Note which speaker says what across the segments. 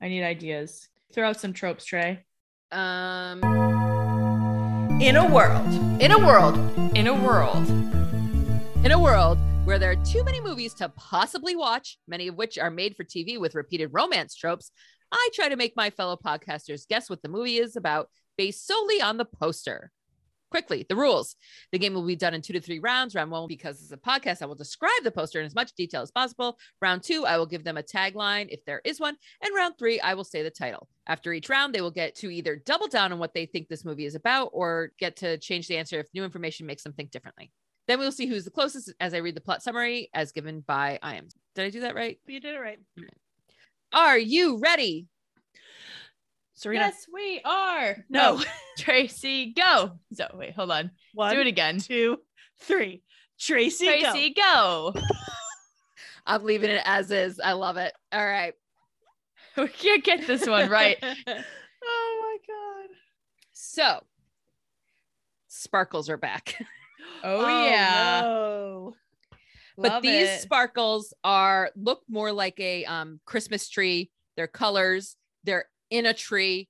Speaker 1: I need ideas. Throw out some tropes, Trey.
Speaker 2: Um,
Speaker 3: In a world.
Speaker 2: in a world,
Speaker 4: In a world.
Speaker 2: in a world where there are too many movies to possibly watch, many of which are made for TV with repeated romance tropes, I try to make my fellow podcasters guess what the movie is about based solely on the poster. Quickly, the rules. The game will be done in two to three rounds. Round one, because it's a podcast, I will describe the poster in as much detail as possible. Round two, I will give them a tagline if there is one. And round three, I will say the title. After each round, they will get to either double down on what they think this movie is about or get to change the answer if new information makes them think differently. Then we'll see who's the closest as I read the plot summary as given by IAMS. Did I do that right?
Speaker 1: You did it right.
Speaker 2: Are you ready?
Speaker 4: Serena.
Speaker 1: Yes, we are.
Speaker 4: No. Oh, Tracy, go. So wait, hold on.
Speaker 3: One,
Speaker 4: Do it again.
Speaker 3: two, three. Tracy, go.
Speaker 4: Tracy, go.
Speaker 2: I'm leaving it as is. I love it. All right.
Speaker 4: we can't get this one right.
Speaker 3: Oh my god.
Speaker 2: So, sparkles are back.
Speaker 1: Oh, yeah.
Speaker 4: Um,
Speaker 3: no.
Speaker 2: but
Speaker 1: Love
Speaker 2: these
Speaker 1: it.
Speaker 2: sparkles are look more like a um, Christmas tree. They're colors. They're in a tree.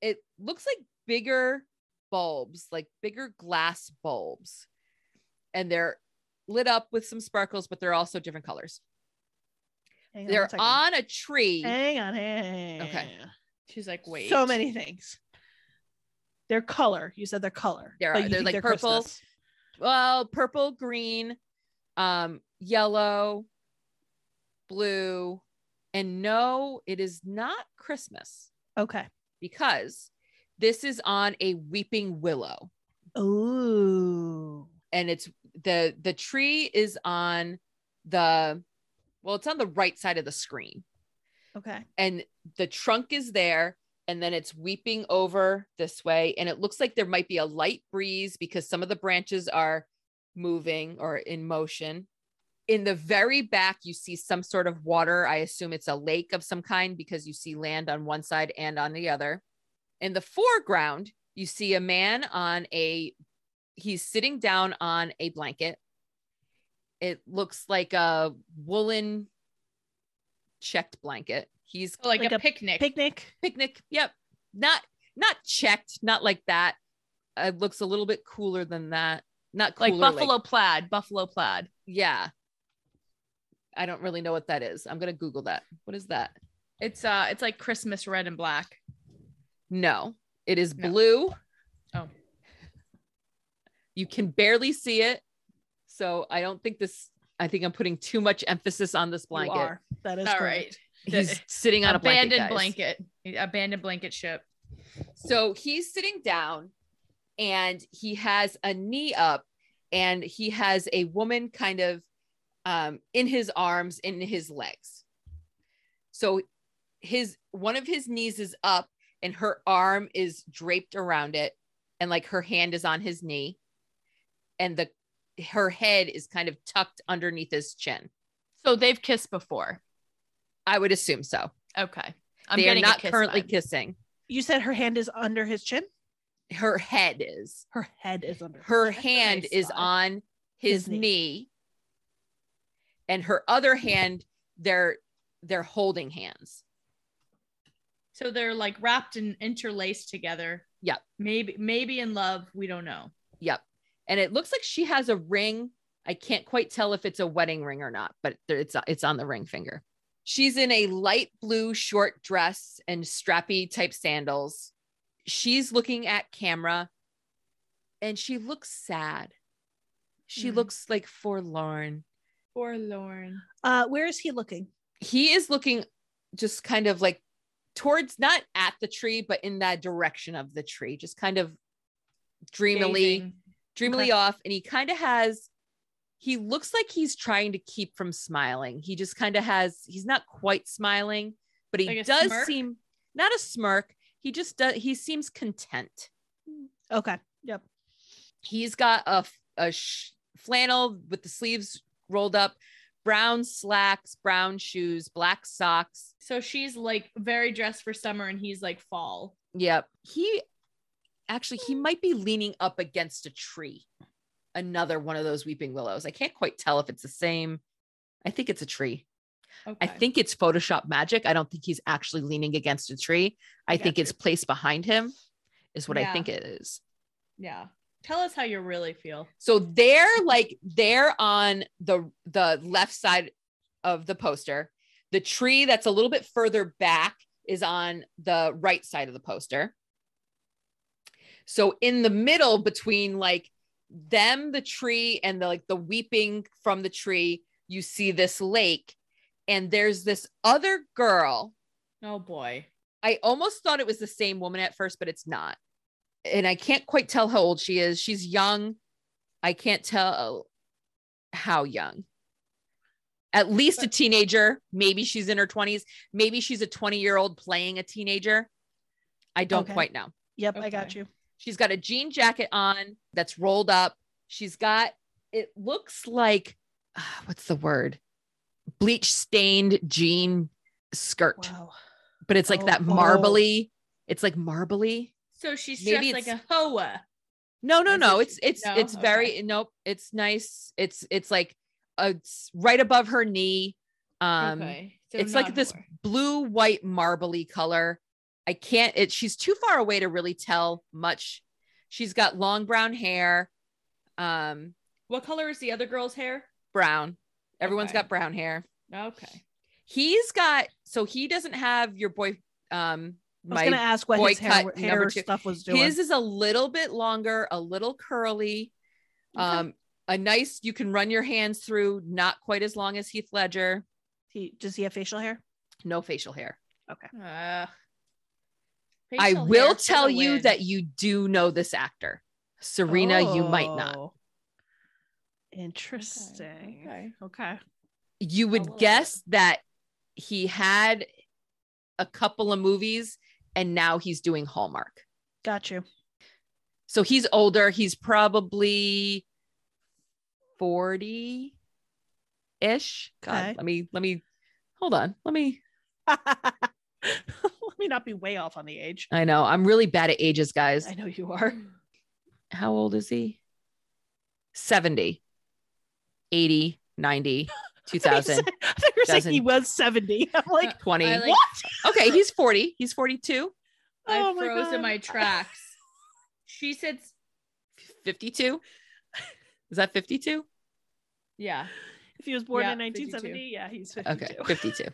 Speaker 2: It looks like bigger bulbs, like bigger glass bulbs, and they're lit up with some sparkles, but they're also different colors.
Speaker 3: Hang
Speaker 2: they're
Speaker 3: one second.
Speaker 2: on a tree.
Speaker 3: Hang on, hang on.
Speaker 2: Okay.
Speaker 1: She's like, wait.
Speaker 3: So many things. Their color. You said their color.
Speaker 2: There
Speaker 3: but
Speaker 2: are-
Speaker 3: you
Speaker 2: they're
Speaker 3: think
Speaker 2: like purple.
Speaker 3: Christmas.
Speaker 2: well, purple, green, um, yellow, blue, and no, it is not Christmas.
Speaker 3: Okay.
Speaker 2: because this is on a weeping willow
Speaker 3: Ooh.
Speaker 2: and it's the the tree is on the well it's on the right side of the screen
Speaker 3: Okay.
Speaker 2: and the trunk is there and then it's weeping over this way and it looks like there might be a light breeze because some of the branches are moving or in motion in the very back you see some sort of water i assume it's a lake of some kind because you see land on one side and on the other in the foreground you see a man on a he's sitting down on a blanket it looks like a woolen checked blanket he's
Speaker 1: like,
Speaker 3: like
Speaker 1: a,
Speaker 3: a
Speaker 1: picnic.
Speaker 3: Picnic.
Speaker 2: picnic. Yep. Not not checked, not like that. Uh, It looks a little bit cooler than that. Not cooler,
Speaker 4: Like buffalo plaid, buffalo plaid.
Speaker 2: yeah. I don't really know what that is. I'm gonna Google that. What is that?
Speaker 4: It's uh it's like Christmas red and black.
Speaker 2: No, it is
Speaker 1: No.
Speaker 2: blue.
Speaker 4: Oh.
Speaker 2: You can barely see it. So I don't think this I think I'm putting too much emphasis on this
Speaker 3: You
Speaker 2: blanket.
Speaker 3: are. That is
Speaker 4: All
Speaker 3: correct.
Speaker 4: right.
Speaker 2: He's sitting on
Speaker 4: abandoned
Speaker 2: a blanket. guys.
Speaker 4: blanket. Abandoned blanket ship.
Speaker 2: So he's sitting down and he has a knee up and he has a woman kind of um, in his arms, in his legs. So his one of his knees is up and her arm is draped around it and like her hand is on his knee and the her head is kind of tucked underneath his chin.
Speaker 4: So they've kissed before.
Speaker 2: I would assume so.
Speaker 4: Okay. I'm
Speaker 2: they are
Speaker 4: getting
Speaker 2: not
Speaker 4: a kiss
Speaker 2: currently
Speaker 4: vibe.
Speaker 2: kissing.
Speaker 3: You said her hand is under his chin.
Speaker 2: Her head is.
Speaker 3: Her head is under. his
Speaker 2: her
Speaker 3: chin.
Speaker 2: hand
Speaker 1: nice
Speaker 2: is
Speaker 1: thought.
Speaker 2: on his,
Speaker 3: His
Speaker 2: knee.
Speaker 3: knee.
Speaker 2: and her other hand they're they're holding hands
Speaker 1: So they're like wrapped and interlaced together.
Speaker 2: Yep.
Speaker 1: Maybe maybe in love. We don't know.
Speaker 2: yep and it looks like she has a ring i can't quite tell if it's a wedding ring or not but there- it's it's on the ring finger she's in a light blue short dress and strappy type sandals she's looking at camera and she looks sad she
Speaker 1: Mm.
Speaker 2: looks like forlorn
Speaker 1: Poor Lauren.
Speaker 3: Uh, where is he looking?
Speaker 2: he is looking just kind of like towards not at the tree but in that direction of the tree just kind of dreamily
Speaker 1: Gazing.
Speaker 2: dreamily off and he kind of has he looks like he's trying to keep from smiling he just kind of has he's not quite smiling but he
Speaker 1: Like a
Speaker 2: does
Speaker 1: smirk?
Speaker 2: seem not a smirk he just does he seems content
Speaker 3: Okay. Yep.
Speaker 2: he's got a, f- a sh- flannel with the sleeves rolled up brown slacks brown shoes black socks
Speaker 1: So she's like very dressed for summer and he's like fall.
Speaker 2: Yep. He actually
Speaker 1: Hmm.
Speaker 2: he might be leaning up against a tree. Another one of those weeping willows. I can't quite tell if it's the same. I think it's a tree.
Speaker 1: Okay.
Speaker 2: I think it's Photoshop magic. I don't think he's actually leaning against a tree. I think
Speaker 1: Gotcha.
Speaker 2: it's placed behind him, is what I
Speaker 1: Yeah.
Speaker 2: think it is.
Speaker 1: Yeah. Tell us how you really feel.
Speaker 2: So they're like they're on the the left side of the poster. The tree that's a little bit further back is on the right side of the poster. So in the middle between like them the tree and the like the weeping from the tree, you see this lake and there's this other girl
Speaker 1: Oh boy.
Speaker 2: I almost thought it was the same woman at first, but it's not. And I can't quite tell how old she is. She's young. I can't tell how young. At least a teenager. Maybe she's in her 20s. Maybe she's a 20 year old playing a teenager. I don't
Speaker 3: Okay.
Speaker 2: quite know.
Speaker 3: Yep, I got
Speaker 1: Okay.
Speaker 3: you.
Speaker 2: She's got a jean jacket on that's rolled up. She's got, it looks like, ah, what's the word? Bleach stained jean skirt
Speaker 3: Wow.
Speaker 2: but it's like
Speaker 3: Oh,
Speaker 2: that
Speaker 3: oh.
Speaker 2: marbly. It's like marbly.
Speaker 1: So she's
Speaker 2: Maybe
Speaker 1: dressed like a hoa.
Speaker 2: No, no,
Speaker 1: Is
Speaker 2: no.
Speaker 1: it-
Speaker 2: It's it's
Speaker 1: no?
Speaker 2: it's very nope. It's nice. It's it's like uh, it's right above her knee. Um,
Speaker 1: okay. So
Speaker 2: it's like
Speaker 1: not
Speaker 2: this
Speaker 1: whore.
Speaker 2: blue white marbly color. I can't. It she's too far away to really tell much. She's got long brown hair, um,
Speaker 1: What color is the other girl's hair?
Speaker 2: brown. Everyone's
Speaker 1: Okay.
Speaker 2: got brown hair.
Speaker 1: Okay.
Speaker 2: He's got so he doesn't have your boy. Um,
Speaker 3: I was gonna ask what his hair,
Speaker 2: boycott number
Speaker 3: hair
Speaker 2: two.
Speaker 3: stuff was doing.
Speaker 2: His is a little bit longer, a little curly. Um, a nice you can run your hands through, not quite as long as Heath Ledger.
Speaker 3: he, does he have facial hair?
Speaker 2: No facial hair.
Speaker 1: Uh,
Speaker 2: I will tell you that you do know this actor. Serena, you might not.
Speaker 3: Oh. Interesting.
Speaker 1: Okay.
Speaker 3: Okay.
Speaker 2: You
Speaker 1: little
Speaker 3: Oh.
Speaker 2: would
Speaker 1: bit.
Speaker 2: guess that he had a couple of movies and now he's doing Hallmark.
Speaker 3: Got you.
Speaker 2: So he's older. He's probably 40 ish. God,
Speaker 3: Okay.
Speaker 2: let me, let me, hold on. Let me,
Speaker 3: Let me not be way off on the age.
Speaker 2: I know I'm really bad at ages, guys.
Speaker 3: I know you are.
Speaker 2: How old is he? 70, 80, 90,
Speaker 3: I thought you
Speaker 2: 2000,
Speaker 3: said- I thought you were saying he
Speaker 2: Dozen.
Speaker 3: was 70. I'm
Speaker 1: Uh,
Speaker 3: like,
Speaker 2: 20.
Speaker 1: I like-
Speaker 3: what?
Speaker 2: okay, he's 40. He's 42,
Speaker 1: I
Speaker 3: Oh my
Speaker 1: froze in
Speaker 3: God.
Speaker 1: my tracks. She said, s-
Speaker 2: 52. Is that 52?
Speaker 1: "Yeah,
Speaker 3: If he was born
Speaker 1: Yeah,
Speaker 3: in 1970, yeah, he's 52.
Speaker 2: Okay, 52.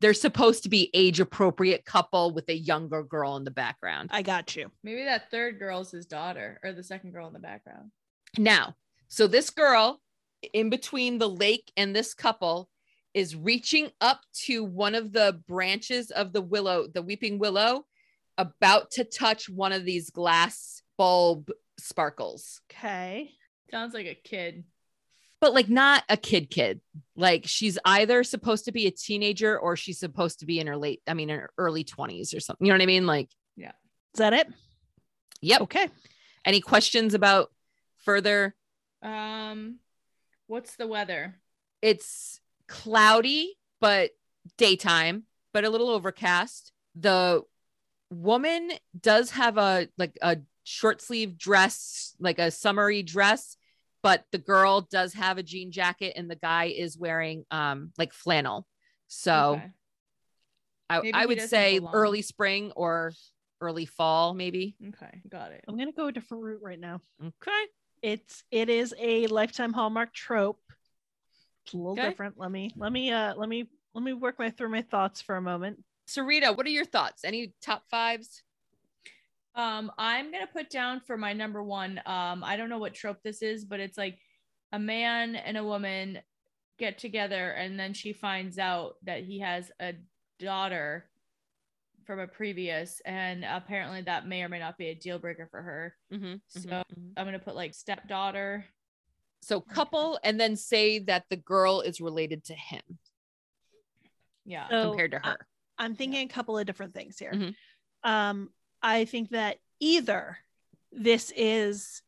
Speaker 2: They're supposed to be age appropriate couple with a younger girl in the background.
Speaker 3: I got you.
Speaker 1: maybe that third girl's his daughter, or the second girl in the background."
Speaker 2: Now, so this girl in between the lake and this couple is reaching up to one of the branches of the willow, the weeping willow, about to touch one of these glass bulb sparkles.
Speaker 3: Okay.
Speaker 1: Sounds like a kid.
Speaker 2: But like not a kid kid. Like she's either supposed to be a teenager or she's supposed to be in her late, I mean in her early 20s or something. You know what I mean? Like,
Speaker 3: Is that it?
Speaker 2: yep.
Speaker 3: Okay.
Speaker 2: Any questions about further
Speaker 1: Um, what's the weather?
Speaker 2: it's cloudy but daytime but a little overcast the woman does have a like a short sleeve dress like a summery dress but the girl does have a jean jacket and the guy is wearing um like flannel so
Speaker 1: Okay.
Speaker 2: I,
Speaker 1: Maybe
Speaker 2: I
Speaker 1: he
Speaker 2: would
Speaker 1: doesn't
Speaker 2: say
Speaker 1: belong.
Speaker 2: early spring or early fall maybe
Speaker 1: okay, got it.
Speaker 3: I'm gonna go a different route right now.
Speaker 2: okay
Speaker 3: It's it is a lifetime hallmark trope. It's a little
Speaker 2: Okay.
Speaker 3: different. Let me let me uh let me let me work my through my thoughts for a moment.
Speaker 2: sarita what are your thoughts any top fives
Speaker 1: Um, I'm gonna put down for my number one. Um, I don't know what trope this is, but it's like a man and a woman get together, and then she finds out that he has a daughter from a previous, and apparently that may or may not be a deal breaker for her.
Speaker 2: mm-hmm,
Speaker 1: So- I'm gonna put like stepdaughter.
Speaker 3: Oh
Speaker 2: so couple and then say that the girl is related to him
Speaker 1: Yeah.
Speaker 3: So
Speaker 2: Uh,
Speaker 3: uh,
Speaker 2: compared to
Speaker 3: I-
Speaker 2: her.
Speaker 3: I'm thinking a couple of different things here.
Speaker 2: Mhm.
Speaker 3: Um, I think that either this is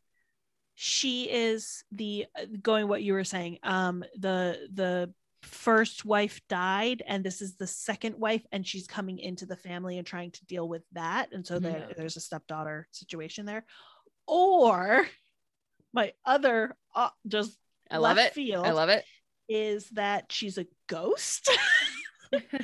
Speaker 3: she is the going what you were saying. Um, the the first wife died, and this is the second wife, and she's coming into the family and trying to deal with that, and so
Speaker 2: Mhm.
Speaker 3: there, there's a stepdaughter situation there, or my other uh, just
Speaker 2: I love
Speaker 3: left
Speaker 2: it.
Speaker 3: Field
Speaker 2: I love it.
Speaker 3: is that she's a ghost.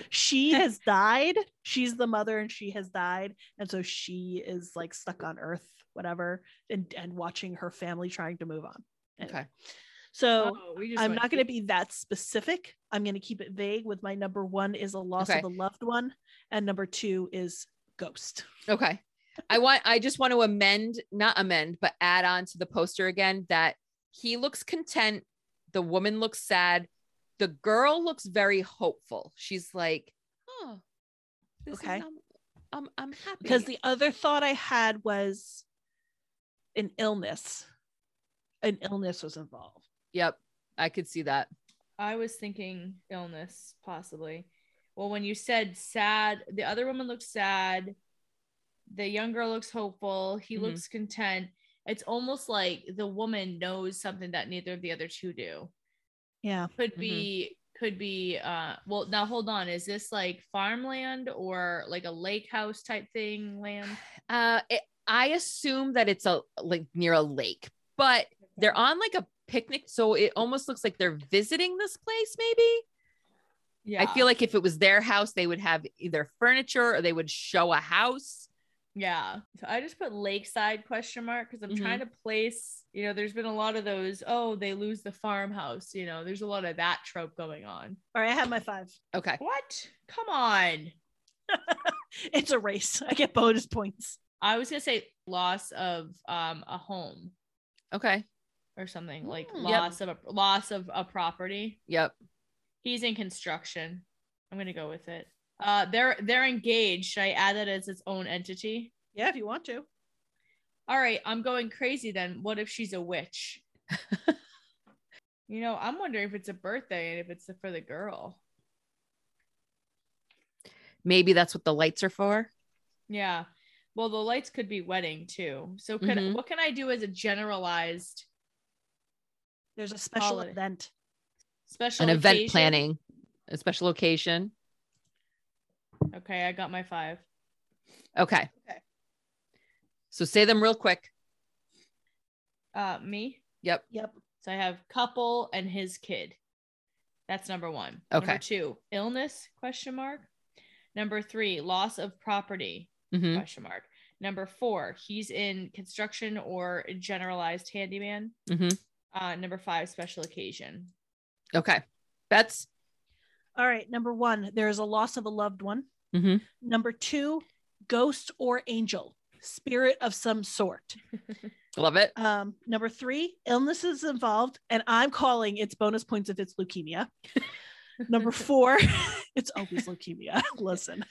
Speaker 3: she has died. She's the mother and she has died. And so she is like stuck on earth, whatever, and, and watching her family trying to move on.
Speaker 2: Okay.
Speaker 3: So
Speaker 1: Oh, we just
Speaker 3: I'm
Speaker 1: went-
Speaker 3: not going to be that specific. I'm going to keep it vague with my number one is a loss
Speaker 2: Okay.
Speaker 3: of a loved one, and number two is ghost.
Speaker 2: Okay. I want I just want to amend, not amend, but add on to the poster again that he looks content, the woman looks sad, the girl looks very hopeful. She's like, "Oh. This
Speaker 3: Okay.
Speaker 2: Is, I'm, I'm I'm happy."
Speaker 3: Because the other thought I had was an illness. An illness was involved.
Speaker 2: Yep. I could see that.
Speaker 1: I was thinking illness, possibly. Well, when you said sad, the other woman looks sad. The young girl looks hopeful. He
Speaker 3: Mm-hmm.
Speaker 2: Mhm.
Speaker 1: looks content. It's almost like the woman knows something that neither of the other two do.
Speaker 3: Yeah.
Speaker 1: Could be,
Speaker 3: Mm-hmm.
Speaker 1: could be. Uh, well, now hold on. Is this like farmland or like a lake house type thing? Land?
Speaker 2: Uh it, I assume that it's a like near a lake, but they're on like a picnic, so it almost looks like they're visiting this place maybe.
Speaker 1: Yeah,
Speaker 2: I feel like if it was their house, they would have either furniture or they would show a house.
Speaker 1: Yeah. So I just put lakeside question mark because I'm
Speaker 2: Mhm.
Speaker 1: trying to
Speaker 3: Mm-hmm.
Speaker 1: place, you know, there's been a lot of those, oh, they lose the farmhouse, you know, there's a lot of that trope going on.
Speaker 3: All right, I have my five.
Speaker 2: Okay.
Speaker 1: What? Come on.
Speaker 3: It's a race. I get bonus points.
Speaker 1: I was gonna say loss of um a home
Speaker 2: Okay.
Speaker 1: or something, like
Speaker 3: Mm. Yep.
Speaker 1: loss of a loss of a property.
Speaker 2: Yep.
Speaker 1: He's in construction. I'm gonna go with it. Uh they're they're engaged. Should I add that as its own entity?
Speaker 3: Yeah, if you want to.
Speaker 1: all right, I'm going crazy then. What if she's a witch? you know, I'm wondering if it's a birthday and if it's for the girl.
Speaker 2: Maybe that's what the lights are for.
Speaker 1: Yeah. Well, the lights could be wedding too. So could
Speaker 2: Mhm.
Speaker 1: what can I do as a generalized
Speaker 3: There's a special
Speaker 1: Holiday.
Speaker 3: event.
Speaker 1: special
Speaker 2: An event
Speaker 1: occasion?
Speaker 2: planning, a special location.
Speaker 1: Okay, I got my five.
Speaker 2: Okay.
Speaker 1: Okay.
Speaker 2: So say them real quick.
Speaker 1: Uh me.
Speaker 2: Yep.
Speaker 3: Yep.
Speaker 1: So I have couple and his kid. That's number one.
Speaker 2: Okay.
Speaker 1: Number two, illness question mark. Number three, loss of property.
Speaker 2: hmm
Speaker 1: question mark number four he's in construction or generalized handyman
Speaker 2: Mhm.
Speaker 1: uh, number five special occasion
Speaker 2: Okay. That's
Speaker 3: All right. Number one, there is a loss of a loved one.
Speaker 2: Mhm.
Speaker 3: Number two, ghost or angel, spirit of some sort.
Speaker 2: love it.
Speaker 3: Um, number three, illnesses involved, and I'm calling it's bonus points if it's leukemia. number four, it's always leukemia. Listen.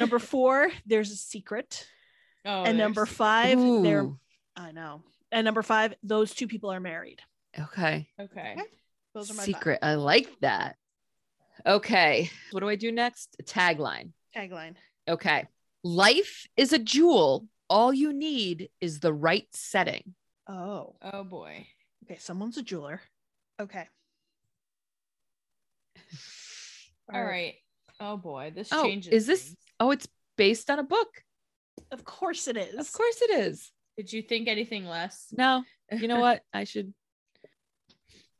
Speaker 3: Number four, there's a secret.
Speaker 1: oh
Speaker 3: and number five, there
Speaker 2: Ooh.
Speaker 3: I know. And number five, those two people are married.
Speaker 2: Okay.
Speaker 1: okay
Speaker 3: Those are my five.
Speaker 2: Secret. I like that. Okay. What do I do next? Tagline.
Speaker 3: tagline.
Speaker 2: Okay. Life is a jewel. All you need is the right setting.
Speaker 3: Oh.
Speaker 1: oh boy
Speaker 3: Okay, someone's a jeweler. Okay.
Speaker 1: all right oh boy this
Speaker 2: Oh,
Speaker 1: changes
Speaker 2: is this-
Speaker 1: things.
Speaker 2: Oh, it's based on a book.
Speaker 3: Of course it is.
Speaker 2: Of course it is.
Speaker 1: did you think anything less
Speaker 2: No, you know what? I should.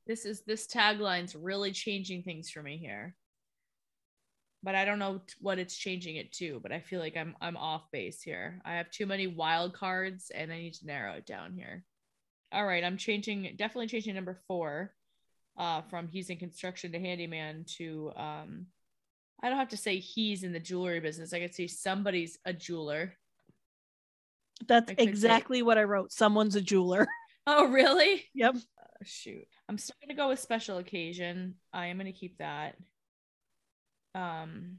Speaker 1: this is this tagline's really changing things for me here but i don't know t- what it's changing it to but i feel like i'm i'm off base here i have too many wild cards and i need to narrow it down here all right i'm changing definitely changing number four uh from he's in construction to handyman to um i don't have to say he's in the jewelry business i could say somebody's a jeweler
Speaker 3: That's
Speaker 1: I could say-
Speaker 3: exactly what I wrote. Someone's a jeweler.
Speaker 1: oh really
Speaker 3: Yep.
Speaker 1: Oh, shoot i'm still gonna go with special occasion i am gonna keep that um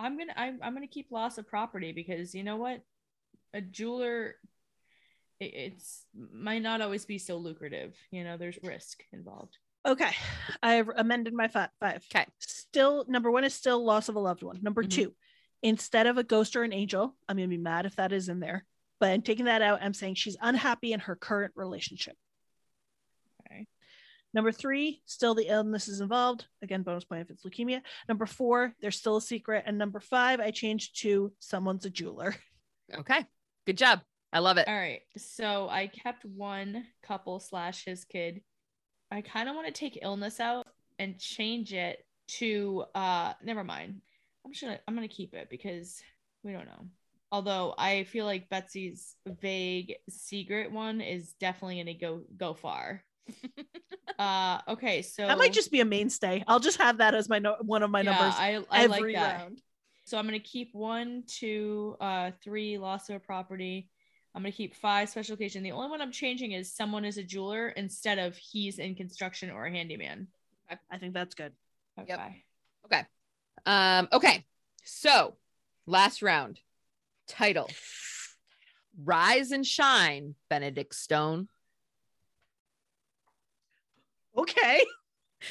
Speaker 1: i'm gonna i'm, I'm gonna keep loss of property because you know what a jeweler it, it's might not always be so lucrative you know there's risk involved
Speaker 3: Okay. I've amended my fi- five.
Speaker 2: Okay.
Speaker 3: Still, number one is still loss of a loved one. Number
Speaker 1: Mm-hmm.
Speaker 2: Mhm.
Speaker 3: two, instead of a ghost or an angel, I'm going to be mad if that is in there, but I'm taking that out. I'm saying she's unhappy in her current relationship.
Speaker 1: Okay.
Speaker 3: Number three, still the illness is involved. Again, bonus point if it's leukemia. Number four, there's still a secret. And number five, I changed to someone's a jeweler.
Speaker 2: Okay. Good job. I love it.
Speaker 1: all right so i kept one couple slash his kid i kind of want to take illness out and change it to uh never mind. I'm just gonna I'm gonna keep it because we don't know. Although I feel like Betsy's vague secret one is definitely gonna go go far. uh okay, so
Speaker 3: That might just be a mainstay. I'll just have that as my no- one of my
Speaker 1: yeah,
Speaker 3: numbers
Speaker 1: I, I like
Speaker 3: every
Speaker 1: that.
Speaker 3: round.
Speaker 1: So I'm gonna keep one, two, uh, three loss of a property. I'm gonna keep five special occasion. The only one I'm changing is someone is a jeweler instead of he's in construction or a handyman.
Speaker 3: I think that's good.
Speaker 1: Okay.
Speaker 2: Yep. Um, okay. So last round title Rise and Shine, Benedict Stone.
Speaker 3: Okay.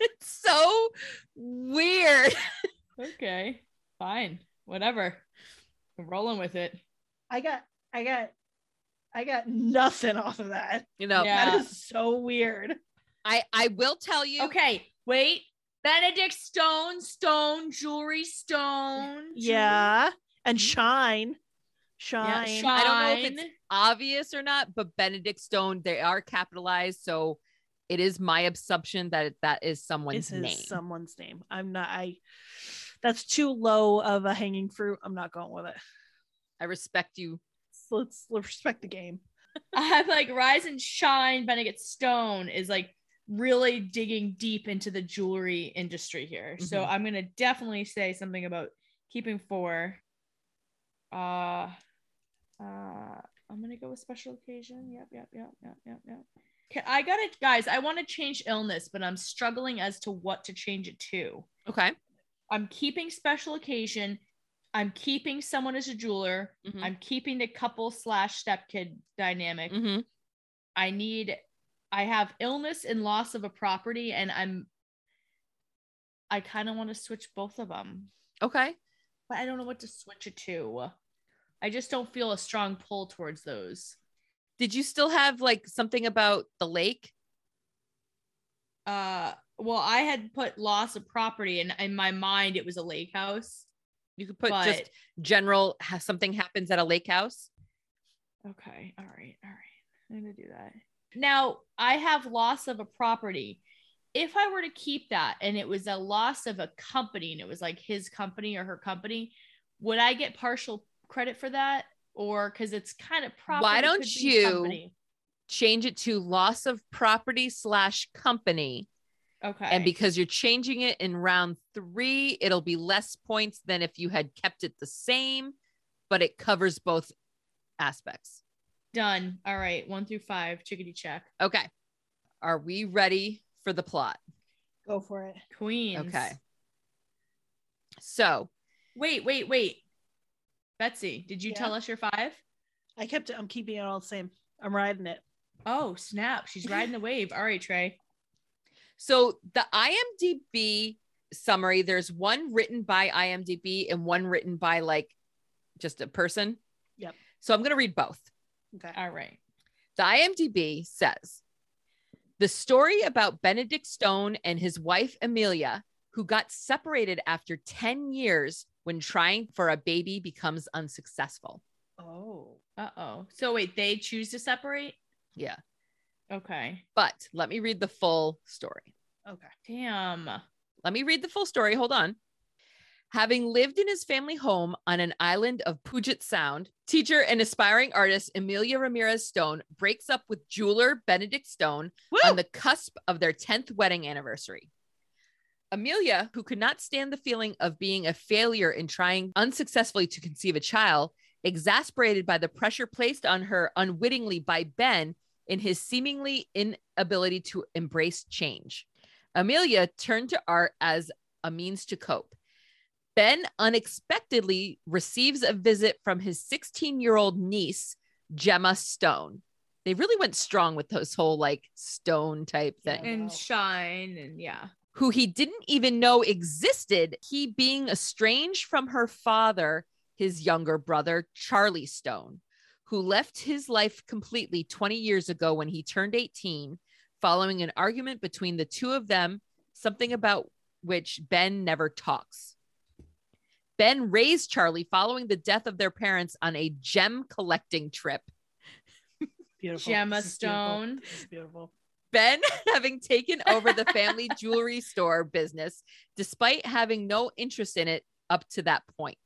Speaker 2: It's so weird.
Speaker 1: Okay. Fine. Whatever. I'm rolling with it.
Speaker 3: I got I got I got nothing off of that.
Speaker 2: You know,
Speaker 1: Yeah.
Speaker 3: That is so weird.
Speaker 2: I, I will tell you.
Speaker 1: Okay. Wait. Benedict Stone, Stone, Jewelry Stone.
Speaker 3: Yeah. And shine.
Speaker 1: Yeah,
Speaker 3: Shine.
Speaker 1: Mm-hmm. shine.
Speaker 2: I don't know if it's obvious or not, but Benedict Stone, they are capitalized. So it is my assumption that that is someone's
Speaker 3: This is
Speaker 2: name.
Speaker 3: someone's name. I'm not I that's too low of a hanging fruit. I'm not going with it.
Speaker 2: I respect you.
Speaker 3: So let's let's respect the game.
Speaker 1: I'm like Rise and Shine, Benedict Stone is like really digging deep into the jewelry industry here. So
Speaker 2: Mhm.
Speaker 1: I'm gonna definitely say something about keeping four. Uh uh I'm gonna go with special occasion. Yep, yep, yep, yep, yep, yep. Okay, I got it, guys. I want to change illness, but I'm struggling as to what to change it to.
Speaker 2: Okay.
Speaker 1: I'm keeping special occasion. I'm keeping someone as a jeweler.
Speaker 2: Mhm.
Speaker 1: I'm keeping the couple slash stepkid dynamic.
Speaker 2: Mhm.
Speaker 1: I need I have illness and loss of a property and I'm I kind of want to switch both of them,
Speaker 2: Okay.
Speaker 1: but I don't know what to switch it to. I just don't feel a strong pull towards those.
Speaker 2: Did you still have like something about the lake?
Speaker 1: Uh well, I had put loss of property and in my mind it was a lake house.
Speaker 2: You could put
Speaker 1: but
Speaker 2: just general ha- something happens at a lake house.
Speaker 1: okay, all right, all right. I'm going to do that. Now, I have loss of a property. If I were to keep that and it was a loss of a company and it was like his company or her company, would I get partial credit for that? Or because it's kind of property.
Speaker 2: don't
Speaker 1: could be
Speaker 2: you-
Speaker 1: company.
Speaker 2: Change it to loss of property slash company.
Speaker 1: Okay.
Speaker 2: And because you're changing it in round three, it'll be less points than if you had kept it the same, but it covers both aspects.
Speaker 1: done. All right. One through five, chickadee check.
Speaker 2: Okay. Are we ready for the plot?
Speaker 3: Go for it.
Speaker 1: Queens.
Speaker 2: Okay. So
Speaker 1: Wait, wait, wait. Betsy, did you
Speaker 3: Yeah?
Speaker 1: tell us your five?
Speaker 3: I kept it. I'm keeping it all the same. I'm riding it.
Speaker 1: Oh, snap. She's riding the wave. All right, Trey.
Speaker 2: So the IMDb summary, there's one written by IMDb and one written by like just a person.
Speaker 3: Yep.
Speaker 2: So I'm going to read both.
Speaker 3: Okay.
Speaker 1: All right.
Speaker 2: The IMDb says the story about Benedict Stone and his wife, Amelia, who got separated after 10 years when trying for a baby becomes unsuccessful.
Speaker 3: Oh.
Speaker 1: Uh oh. So wait, they choose to separate?
Speaker 2: Yeah.
Speaker 1: Okay.
Speaker 2: But let me read the full story.
Speaker 3: Okay.
Speaker 1: Damn.
Speaker 2: Let me read the full story. Hold on. Having lived in his family home on an island of Puget Sound, teacher and aspiring artist Emilia Ramirez Stone breaks up with jeweler Benedict Stone
Speaker 3: Woo!
Speaker 2: on the cusp of their 10th wedding anniversary. Amelia, who could not stand the feeling of being a failure in trying unsuccessfully to conceive a child, exasperated by the pressure placed on her unwittingly by Ben in his seemingly inability to embrace change. Amelia turned to art as a means to cope. Ben unexpectedly receives a visit from his 16 year old niece, Gemma Stone. They really went strong with this whole like stone type thing
Speaker 3: Yeah.
Speaker 1: And
Speaker 3: wow.
Speaker 1: shine and yeah.
Speaker 2: who he didn't even know existed, he being estranged from her father, his younger brother, Charlie Stone, who left his life completely 20 years ago when he turned 18, following an argument between the two of them, something about which Ben never talks. Ben raised Charlie following the death of their parents on a gem collecting trip.
Speaker 3: Beautiful.
Speaker 1: Gemma
Speaker 3: This is beautiful.
Speaker 1: Stone.
Speaker 3: This is beautiful.
Speaker 2: Ben having taken over the family jewelry store business despite having no interest in it up to that point.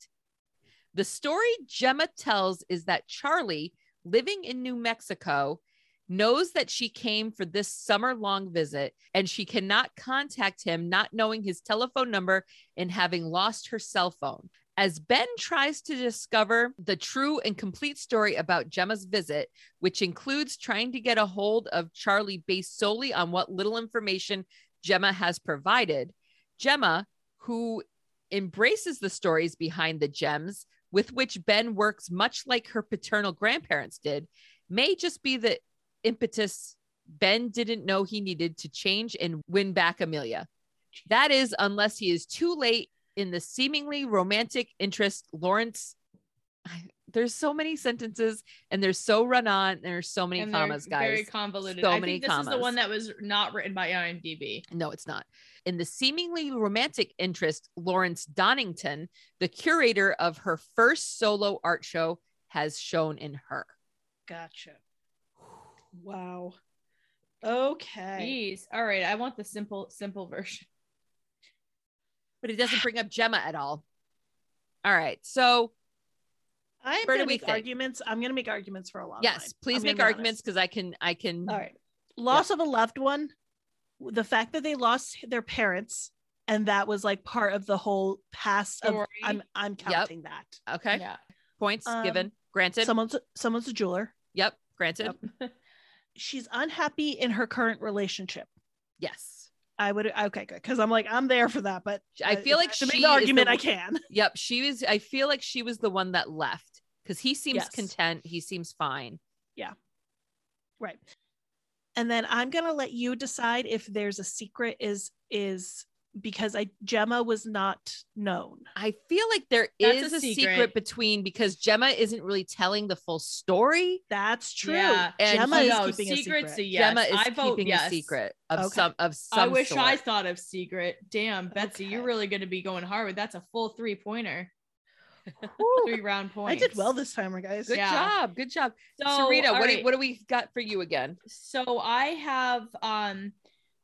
Speaker 2: The story Gemma tells is that Charlie, living in New Mexico, knows that she came for this summer long visit and she cannot contact him, not knowing his telephone number and having lost her cell phone. As Ben tries to discover the true and complete story about Gemma's visit, which includes trying to get a hold of Charlie based solely on what little information Gemma has provided. Gemma, who embraces the stories behind the gems, with which Ben works much like her paternal grandparents did, may just be the impetus Ben didn't know he needed to change and win back Amelia. That is, unless he is too late in the seemingly romantic interest Lawrence. I, there's so many sentences and they're so run on. and There's so many
Speaker 1: And they're
Speaker 2: commas, guys.
Speaker 1: Very convoluted.
Speaker 2: So
Speaker 1: I
Speaker 2: many
Speaker 1: think this is
Speaker 2: commas.
Speaker 1: the one that was not written by IMDb.
Speaker 2: No, it's not. In the seemingly romantic interest, Lawrence Donington, the curator of her first solo art show, has shown in her.
Speaker 3: Gotcha. Wow. Okay.
Speaker 1: Jeez. All right. I want the simple, simple version.
Speaker 2: But it doesn't bring up Gemma at all. All right. So,
Speaker 3: I'm
Speaker 2: Where do
Speaker 3: gonna
Speaker 2: we
Speaker 3: make
Speaker 2: think?
Speaker 3: arguments. I'm gonna make arguments for a lot.
Speaker 2: yes, please make arguments because I can, I can.
Speaker 3: All right. Loss of a loved one, the fact that they lost their parents, and that was like part of the whole past
Speaker 1: Story.
Speaker 3: of I'm I'm counting that.
Speaker 2: Okay.
Speaker 1: Yeah.
Speaker 2: Points
Speaker 3: Um,
Speaker 2: given. Granted.
Speaker 3: Someone's someone's a jeweler.
Speaker 2: yep. Granted.
Speaker 3: Yep. She's unhappy in her current relationship.
Speaker 2: Yes.
Speaker 3: I would okay, good. Because I'm like, I'm there for that, but
Speaker 2: I
Speaker 3: uh,
Speaker 2: feel like
Speaker 3: to
Speaker 2: she
Speaker 3: make
Speaker 2: is
Speaker 3: the
Speaker 2: the
Speaker 3: argument I
Speaker 2: w-
Speaker 3: can.
Speaker 2: Yep. She was, I feel like she was the one that left because he seems
Speaker 3: Yes.
Speaker 2: content. He seems fine.
Speaker 3: Right. And then I'm gonna let you decide if there's a secret is is because I Gemma was not known.
Speaker 2: I feel like there
Speaker 1: That's
Speaker 2: is
Speaker 1: a
Speaker 2: a, secret.
Speaker 1: secret.
Speaker 2: between because Gemma isn't really telling the full story.
Speaker 3: That's true.
Speaker 1: Yeah.
Speaker 2: And
Speaker 3: Gemma
Speaker 2: he-
Speaker 3: is
Speaker 1: Oh, no,
Speaker 3: keeping
Speaker 1: secret's
Speaker 3: a
Speaker 1: a,
Speaker 3: secret.
Speaker 1: yes.
Speaker 2: Gemma is
Speaker 1: I vote
Speaker 2: keeping
Speaker 1: yes.
Speaker 2: a secret of
Speaker 3: Okay.
Speaker 2: some of some
Speaker 1: I wish
Speaker 2: sort.
Speaker 1: I thought of secret. Damn, Betsy, you're
Speaker 3: Okay.
Speaker 1: really going to be going hard with that's a full three pointer,
Speaker 3: Whew.
Speaker 1: three round
Speaker 3: I
Speaker 1: point.
Speaker 3: did well this time, guys.
Speaker 2: Good
Speaker 1: Yeah.
Speaker 2: job, good job,
Speaker 1: So,
Speaker 2: Sarita.
Speaker 1: all
Speaker 2: What, do,
Speaker 1: right.
Speaker 2: what do we got for you again?
Speaker 1: so I have um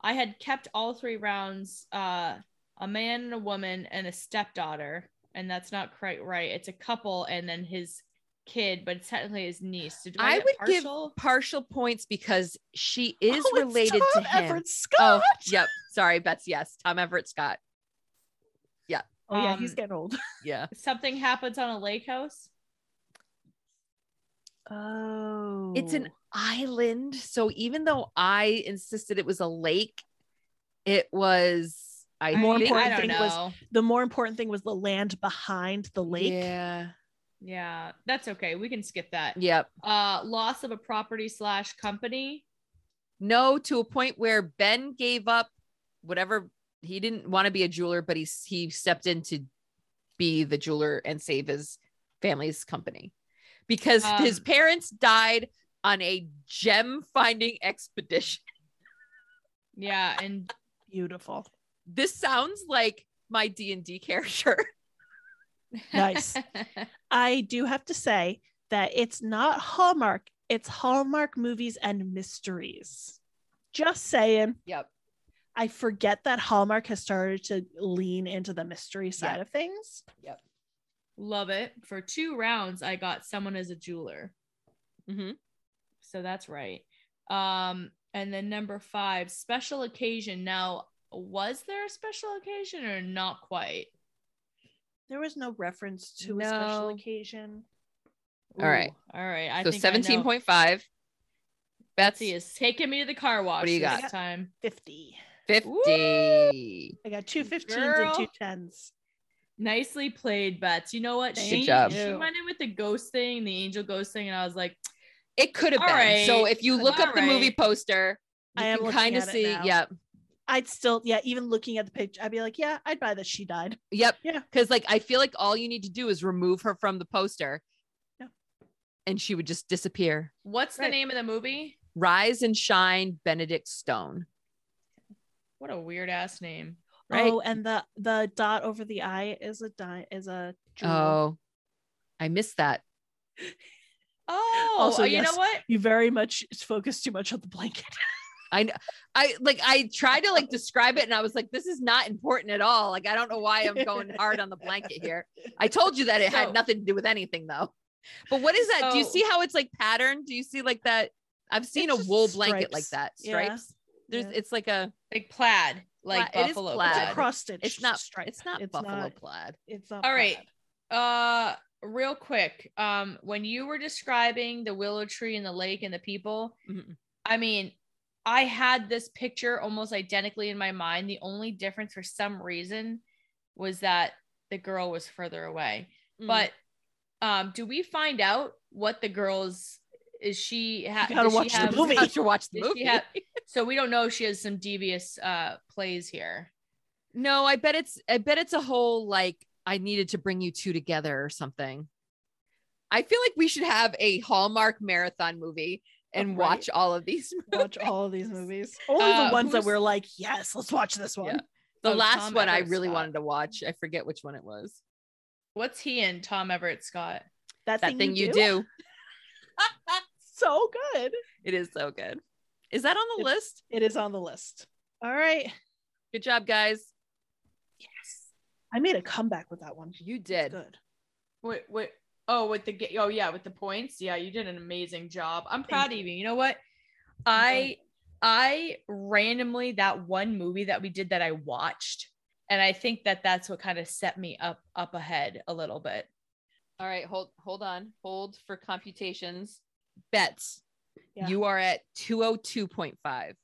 Speaker 1: I had kept all three rounds uh a man and a woman and a stepdaughter and that's not quite right it's a couple and then his kid but it's technically his niece so do I,
Speaker 2: I
Speaker 1: get
Speaker 2: would give-
Speaker 1: partial?
Speaker 2: Partial points because she is
Speaker 3: Oh, it's
Speaker 2: related to
Speaker 3: Tom
Speaker 2: him.
Speaker 3: Everett
Speaker 2: Oh,
Speaker 3: Scott.
Speaker 2: yep. Sorry, Betsy. Yes, Tom Everett Scott.
Speaker 3: Oh, yeah, he's
Speaker 1: Um,
Speaker 3: getting old.
Speaker 2: Yeah.
Speaker 1: something happens on a lake house
Speaker 3: Oh,
Speaker 2: It's an island. So even though I insisted it was a lake, it was I
Speaker 1: I-
Speaker 3: More
Speaker 2: think-
Speaker 1: I
Speaker 3: important
Speaker 1: don't
Speaker 3: thing
Speaker 1: know
Speaker 3: was the more important thing was the land behind the lake.
Speaker 2: Yeah.
Speaker 1: yeah that's okay we can skip that
Speaker 2: Yep.
Speaker 1: uh loss of a property slash company
Speaker 2: no to a point where Ben gave up whatever he didn't want to be a jeweler, but he he stepped in to be the jeweler and save his family's company because his
Speaker 1: Um,
Speaker 2: parents died on a gem finding expedition.
Speaker 1: yeah and
Speaker 3: Beautiful.
Speaker 2: This sounds like my D and D character.
Speaker 3: Nice. I do have to say that it's not Hallmark, it's Hallmark movies and mysteries. Just saying,
Speaker 2: Yep.
Speaker 3: I forget that Hallmark has started to lean into the mystery side of things.
Speaker 1: love it for two rounds i got someone as a jeweler
Speaker 2: hmm
Speaker 1: so that's right um and then number five special occasion now was there a special occasion or not quite
Speaker 3: There was no reference to a special
Speaker 2: No.
Speaker 3: occasion.
Speaker 2: All right.
Speaker 1: all right i
Speaker 2: So
Speaker 1: think seventeen
Speaker 2: seventeen
Speaker 1: point
Speaker 2: point five.
Speaker 1: see
Speaker 2: Betsy
Speaker 1: is taking me to the car wash
Speaker 2: do you
Speaker 1: this
Speaker 3: got?
Speaker 1: time
Speaker 3: 50.
Speaker 2: fifty.
Speaker 3: I got two 15s
Speaker 1: Girl.
Speaker 3: and two 10s.
Speaker 1: nicely played bets you know what
Speaker 3: Good
Speaker 1: she,
Speaker 2: job.
Speaker 1: she went in with the ghost thing the angel ghost thing and i was like
Speaker 2: It could have
Speaker 1: All
Speaker 2: been. So
Speaker 1: right.
Speaker 2: if you look
Speaker 1: All
Speaker 2: up the movie
Speaker 1: right.
Speaker 2: poster, you
Speaker 3: I am
Speaker 2: can
Speaker 3: looking
Speaker 2: kind of
Speaker 3: at it
Speaker 2: see.
Speaker 3: now.
Speaker 2: Yep.
Speaker 3: I'd still, yeah, even looking at the picture, I'd be like, yeah, I'd buy that she died.
Speaker 2: Yep.
Speaker 3: Yeah.
Speaker 2: Cause like I feel like all you need to do is remove her from the poster.
Speaker 3: Yeah.
Speaker 2: And she would just disappear.
Speaker 1: what's
Speaker 3: Right.
Speaker 1: the name of the movie
Speaker 2: Rise and shine, Benedict Stone.
Speaker 1: what a weird ass name
Speaker 2: Right.
Speaker 3: Oh, and the the dot over the eye is a di- is a jewel.
Speaker 2: Oh, I missed that.
Speaker 1: oh
Speaker 3: Also,
Speaker 1: you
Speaker 3: yes.
Speaker 1: Oh, know what
Speaker 3: You very much focus too much on the blanket.
Speaker 2: I know. I like. I tried to like describe it, and I was like, "This is not important at all." Like, I don't know why I'm going hard on the blanket here. I told you that it
Speaker 1: So-
Speaker 2: had nothing to do with anything, though. But what is that? do you
Speaker 1: So-
Speaker 2: see how it's like patterned? Do you see like that? I've seen
Speaker 3: It's
Speaker 2: a
Speaker 3: just
Speaker 2: wool blanket like
Speaker 3: stripes.
Speaker 2: that.
Speaker 3: Yeah.
Speaker 2: Stripes. There's.
Speaker 3: Yeah.
Speaker 2: It's like a.
Speaker 1: like plaid, like
Speaker 2: Plaid- it is
Speaker 1: buffalo
Speaker 2: plaid.
Speaker 3: It's a
Speaker 2: God.
Speaker 1: plaid.
Speaker 3: cross stitch.
Speaker 2: It's not.
Speaker 3: stripe.
Speaker 2: It's not
Speaker 3: it's
Speaker 2: buffalo
Speaker 3: Not,
Speaker 2: plaid.
Speaker 3: it's not.
Speaker 1: All right.
Speaker 3: plaid.
Speaker 1: Uh, real quick, um, when you were describing the willow tree and the lake and the people,
Speaker 3: Mm-hmm.
Speaker 2: Mhm.
Speaker 1: I mean, I had this picture almost identically in my mind. The only difference, for some reason, was that the girl was further away.
Speaker 2: Mm.
Speaker 1: But um, do we find out what the girl's is she? Ha-
Speaker 3: You gotta
Speaker 1: does she
Speaker 3: watch the
Speaker 1: have-
Speaker 3: movie.
Speaker 2: Have to watch the
Speaker 1: does
Speaker 2: movie.
Speaker 1: she have- so we don't know if she has some devious uh plays here.
Speaker 2: No, I bet it's I bet it's a whole like I needed to bring you two together or something. I feel like we should have a Hallmark marathon movie and
Speaker 3: Right.
Speaker 2: watch all of these.
Speaker 3: Watch all of these movies. Only
Speaker 1: Uh,
Speaker 3: the ones that
Speaker 2: who's-
Speaker 3: we're like, yes, let's watch this one.
Speaker 2: Yeah. The
Speaker 1: Oh,
Speaker 2: last
Speaker 1: Tom
Speaker 2: one I
Speaker 1: Everett
Speaker 2: really
Speaker 1: Scott.
Speaker 2: wanted to watch. I forget which one it was.
Speaker 1: What's he and Tom Everett Scott?
Speaker 3: That,
Speaker 2: That thing you do.
Speaker 3: So good.
Speaker 2: It is so good. Is that on the
Speaker 3: It's-
Speaker 2: list?
Speaker 3: It is on the list. All right.
Speaker 2: Good job, guys.
Speaker 3: Yes. I made a comeback with that one.
Speaker 2: You
Speaker 3: It's
Speaker 2: did.
Speaker 3: Good.
Speaker 1: What what oh with the ga- oh yeah with the points yeah you did an amazing job I'm proud of you you know what I I randomly that one movie that we did that I watched and I think that that's what kind of set me up up ahead a little bit
Speaker 2: All right, hold hold on. Hold for computations. Bets.
Speaker 3: Yeah.
Speaker 2: You are at 202.5.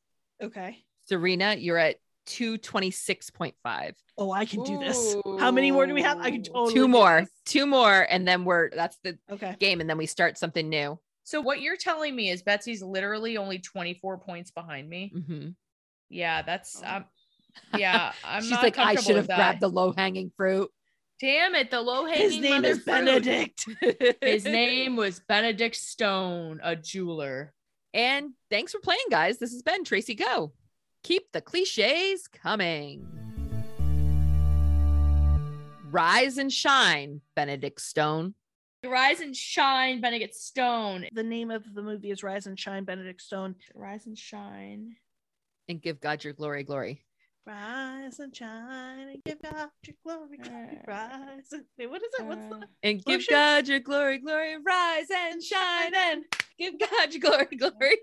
Speaker 3: Okay.
Speaker 2: Serena, you're at 226.5.
Speaker 3: Oh, I can do this. How many more do we have? I can
Speaker 1: Ooh.
Speaker 3: totally
Speaker 2: two
Speaker 3: do
Speaker 2: more
Speaker 3: Oh, this.
Speaker 2: two more and then we're that's the
Speaker 3: Okay.
Speaker 2: game and then we start something new
Speaker 1: so what you're telling me is Betsy's literally only 24 points behind me yeah that's
Speaker 3: Oh.
Speaker 1: um yeah I'm
Speaker 2: she's
Speaker 1: not
Speaker 2: like i
Speaker 1: comfortable
Speaker 2: should
Speaker 1: with
Speaker 2: have grabbed
Speaker 1: that.
Speaker 2: the low-hanging fruit
Speaker 1: damn it the low hanging
Speaker 3: His name is Benedict.
Speaker 1: his name was Benedict Stone a jeweler.
Speaker 2: and thanks for playing guys this has been tracy go keep the cliches coming rise and shine benedict stone
Speaker 1: Rise and shine, Benedict Stone.
Speaker 3: The name of the movie is Rise and Shine, Benedict Stone.
Speaker 1: Rise and shine.
Speaker 2: and give god your glory glory
Speaker 3: Rise and shine and give God your glory. glory.
Speaker 1: Uh,
Speaker 3: Rise. And... Wait, what is it? What's the
Speaker 2: and give
Speaker 3: Worship.
Speaker 2: god your glory glory rise and shine and give god your glory glory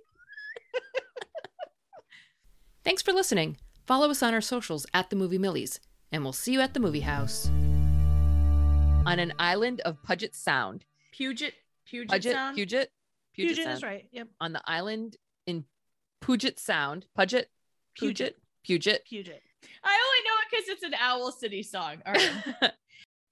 Speaker 2: Thanks for listening. Follow us on our socials at the Movie Millies, and we'll see you at the movie house. On an island of Puget Sound.
Speaker 1: Puget, Puget,
Speaker 2: Puget,
Speaker 1: Sound.
Speaker 2: Puget, Puget,
Speaker 3: Puget,
Speaker 2: Sound.
Speaker 3: is right. Yep.
Speaker 2: On the island in Puget Sound. Puget, Puget, Puget.
Speaker 3: Puget.
Speaker 1: I only know it because it's an Owl City song. All right.